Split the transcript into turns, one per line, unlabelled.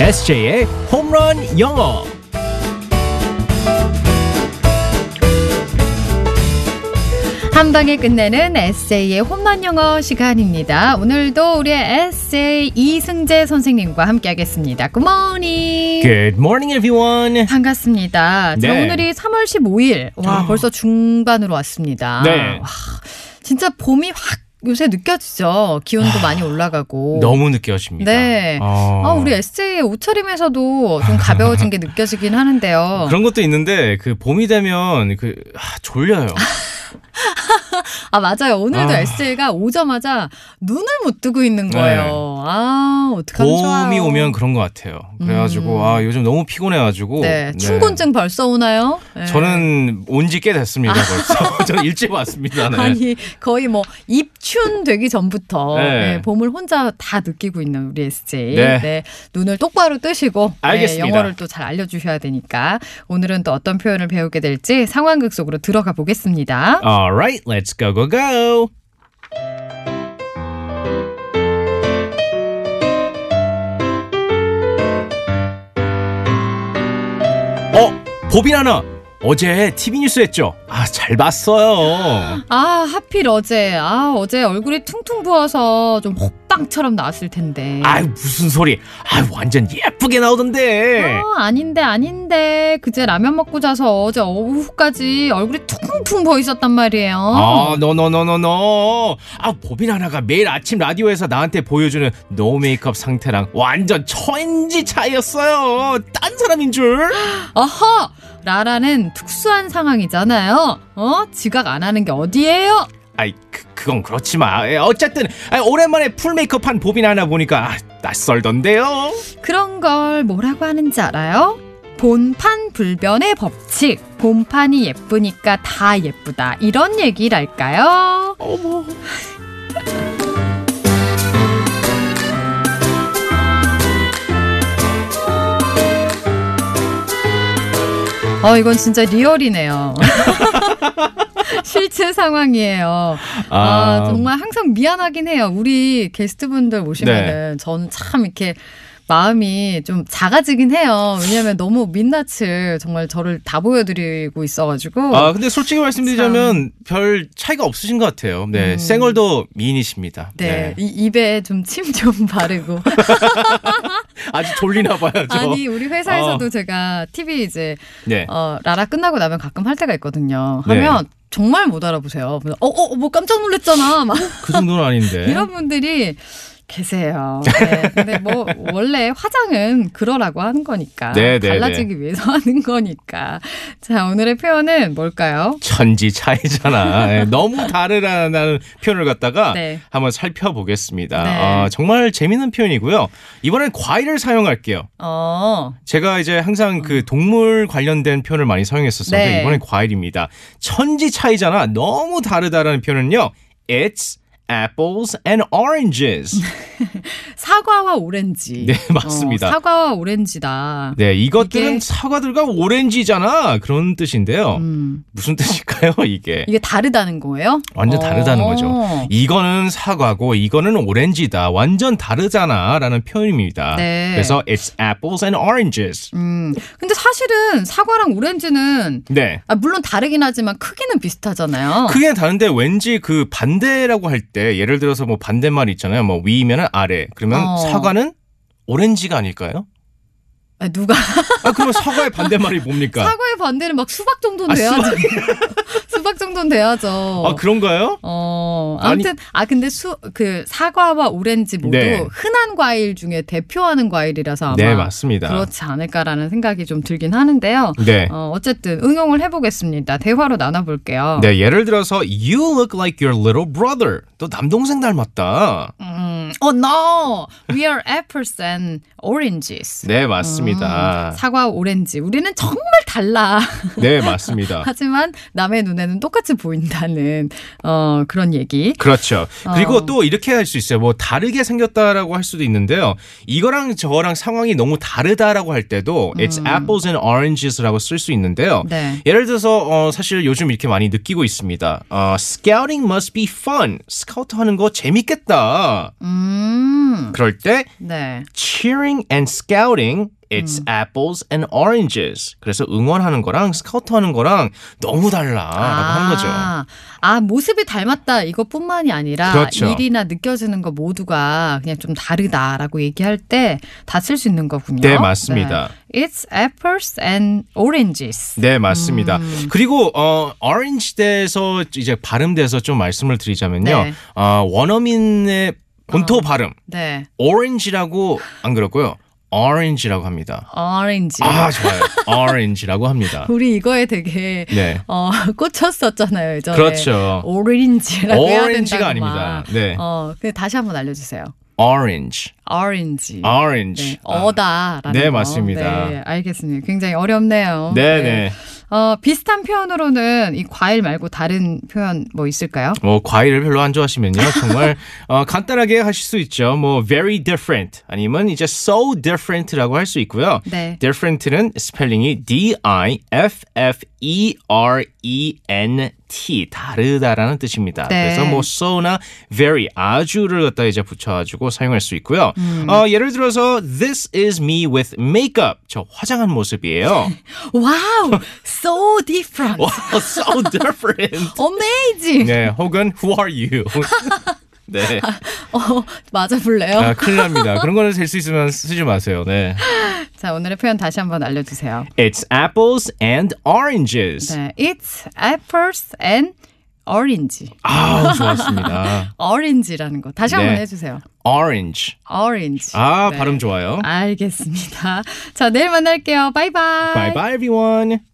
SJ의 홈런 영어.
한 방에 끝내는 에세이의 홈런 영어 시간입니다. 오늘도 우리의 에세이 이승재 선생님과 함께하겠습니다. 굿모닝.
Good morning, everyone.
반갑습니다. 자,
네. 아.
오늘이 3월 15일. 와, 벌써 중반으로 왔습니다.
네.
와, 진짜 봄이 확 요새 느껴지죠. 기온도 많이 올라가고.
아, 너무 느껴집니다.
네.
어.
아, 우리 에세이의 옷차림에서도 좀 가벼워진 게 느껴지긴 하는데요.
그런 것도 있는데 그 봄이 되면 그 아, 졸려요.
아 맞아요. 오늘도
아.
에세이가 오자마자 눈을 못 뜨고 있는 거예요. 아 어떡하면 좋아요.
네. 봄이 오면 그런 것 같아요. 그래가지고
음.
아 요즘 너무 피곤해가지고
네,
네.
충곤증 벌써 오나요? 네.
저는 온 지 꽤 됐습니다 벌써. 저는 일찍 왔습니다. 네.
아니 거의 뭐 입춘 되기 전부터
네.
네, 봄을 혼자 다 느끼고 있는 우리 SJ.
네.
눈을 똑바로 뜨시고 네,
알겠습니다.
영어를 또 잘 알려주셔야 되니까 오늘은 또 어떤 표현을 배우게 될지 상황극 속으로 들어가
아.
보겠습니다.
Alright, let's go go go. 어, 보빈아 나 어제 TV 뉴스 했죠? 아, 잘 봤어요.
아 하필 어제 아 어제 얼굴이 퉁퉁 부어서 좀 호빵처럼 나왔을 텐데.
아유, 무슨 소리. 아유, 완전 예쁘게 나오던데.
어, 아닌데 아닌데 그제 라면 먹고 자서 어제 오후까지 얼굴이 퉁퉁 부어 있었단 말이에요.
아, 노노노노노. 아, 보빈 하나가 매일 아침 라디오에서 나한테 보여주는 노 메이크업 상태랑 완전 천지 차이였어요. 딴 사람인 줄.
허 라라는 특수한 상황이잖아요. 어? 지각 안 하는 게 어디예요?
아이 그, 그건 그렇지만 예, 어쨌든 아, 오랜만에 풀 메이크업한 보빈 하나 보니까 아, 낯설던데요.
그런 걸 뭐라고 하는지 알아요? 본판 불변의 법칙. 본판이 예쁘니까 다 예쁘다. 이런 얘기랄까요?
어머.
어, 이건 진짜 리얼이네요. 실제 상황이에요.
아,
아, 정말 항상 미안하긴 해요. 우리 게스트분들
네.
오시면은 저는 참 이렇게 마음이 좀 작아지긴 해요. 왜냐면 너무 민낯을 정말 저를 다 보여드리고 있어가지고.
아, 근데 솔직히 말씀드리자면 별 차이가 없으신 것 같아요. 네
음.
생얼도 미인이십니다.
네, 이 입에 좀 침 좀 바르고.
아주 졸리나 봐요. 저. 어.
아니, 우리 회사에서도 제가 TV 이제,
네.
어, 라라 끝나고 나면 가끔 할 때가 있거든요.
네.
하면 정말 못 알아보세요. 그래서 어, 어, 뭐 깜짝 놀랐잖아. 막
그 정도는 아닌데.
이런 분들이 계세요. 네. 근데 뭐 원래 화장은 그러라고 하는 거니까
네, 네,
달라지기 위해서 하는 거니까. 자 오늘의 표현은 뭘까요?
천지 차이잖아. 예, 너무 다르다는 표현을 갖다가
네.
한번 살펴보겠습니다.
네.
아, 정말 재밌는 표현이고요. 이번엔 과일을 사용할게요.
어
제가 이제 항상 그 동물 관련된 표현을 많이 사용했었는데
음. 네.
이번엔 과일입니다. 천지 차이잖아. 너무 다르다라는 표현은요. It's apples and oranges.
사과와 오렌지.
네, 맞습니다.
어, 사과와 오렌지다.
네, 이것들은
이게-
사과들과 오렌지잖아. 그런 뜻인데요.
음,
무슨 뜻일까요, 이게?
이게 다르다는 거예요?
네. 완전 다르다는
어.
거죠. 이거는 사과고 이거는 오렌지다. 완전 다르잖아라는 표현입니다.
네.
그래서 it's apples and oranges.
음, 근데 사실은 사과랑 오렌지는
네.
아, 물론 다르긴 하지만 크기는 비슷하잖아요.
크기는 다른데 왠지 그 반대라고 할 때 예를 들어서 뭐 반대말 있잖아요. 뭐 위면은 아래. 그러면
어.
사과는 오렌지가 아닐까요?
아, 누가
아 그러면 사과의 반대말이 뭡니까?
사과의 반대는 막 수박 정도는
그러니까. 아,
돼야죠. 수박 정도는 돼야죠.
아 그런가요?
어,
아니-
아무튼 아 근데 수 그 사과와 오렌지 모두
네.
흔한 과일 중에 대표하는 과일이라서 아마
네 맞습니다.
그렇지 않을까라는 생각이 좀 들긴 하는데요.
네.
어, 어쨌든 응용을 해보겠습니다. 대화로 나눠볼게요.
네 예를 들어서 you look like your little brother. 너 남동생 닮았다.
음, oh no, we are apples and oranges.
네 맞습니다.
음, 사과 오렌지 우리는 정말 달라.
네 맞습니다.
하지만 남의 눈에는 똑같이 보인다는 어, 그런 얘기.
그렇죠. 그리고
어.
또 이렇게 할 수 있어요. 뭐 다르게 생겼다라고 할 수도 있는데요. 이거랑 저랑 상황이 너무 다르다라고 할 때도 it's apples and oranges라고 쓸 수 있는데요.
음. 네.
예를 들어서 어, 사실 요즘 이렇게 많이 느끼고 있습니다. 어, scouting must be fun. 스카우트 하는 거 재밌겠다.
음. 음.
그럴 때
네.
cheering and scouting
음.
its apples and oranges. 그래서 응원하는 거랑 스카우트 하는 거랑 너무 아, 달라라고 하는 거죠.
아, 모습이 닮았다 이것뿐만이 아니라
그렇죠.
일이나 느껴지는 거 모두가 그냥 좀 다르다라고 얘기할 때 다쓸 수 있는 거군요.
네, 맞습니다.
네. It's apples and oranges.
네, 맞습니다.
음.
그리고 어 orange 대에서 이제 발음 대해서 좀 말씀을 드리자면요.
네.
어, 원어민의 본토 발음
네.
orange라고 안 그렇고요. orange라고 합니다.
orange.
아, 좋아요. orange라고 합니다.
우리 이거에 되게
네.
어, 꽂혔었잖아요, 예전에.
그렇죠.
오렌지라고 해야 된다고
오렌지가
막.
아닙니다. 네.
어, 근데 다시 한번 알려 주세요.
orange.
orange.
orange.
네, 어다라는
네,
거.
맞습니다.
네, 알겠습니다. 굉장히 어렵네요.
네,
네.
네.
어, 비슷한 표현으로는 이 과일 말고 다른 표현 뭐 있을까요?
뭐 과일을 별로 안 좋아하시면요 정말 어, 간단하게 하실 수 있죠 뭐 very different 아니면 이제 so different라고 할 수 있고요
네.
different는 스펠링이 D I F F E R E N T 다르다라는 뜻입니다
네.
그래서 뭐 so나 very 아주를 갖다 이제 붙여가지고 사용할 수 있고요
음.
어, 예를 들어서 this is me with makeup 저 화장한 모습이에요
와우, so different,
와, so different
amazing.
네 혹은 who are you 네
어, 맞아볼래요?
아, 큰일 납니다. 그런 거는 셀 수 있으면 쓰지 마세요. 네.
자, 오늘의 표현 다시 한번 알려주세요.
It's apples and oranges.
네, it's apples and orange.
아, 좋았습니다.
orange라는 거 다시 한번
네.
해주세요.
orange.
orange.
아,
네.
발음 좋아요.
알겠습니다. 자, 내일 만날게요. 바이바이.
Bye bye everyone.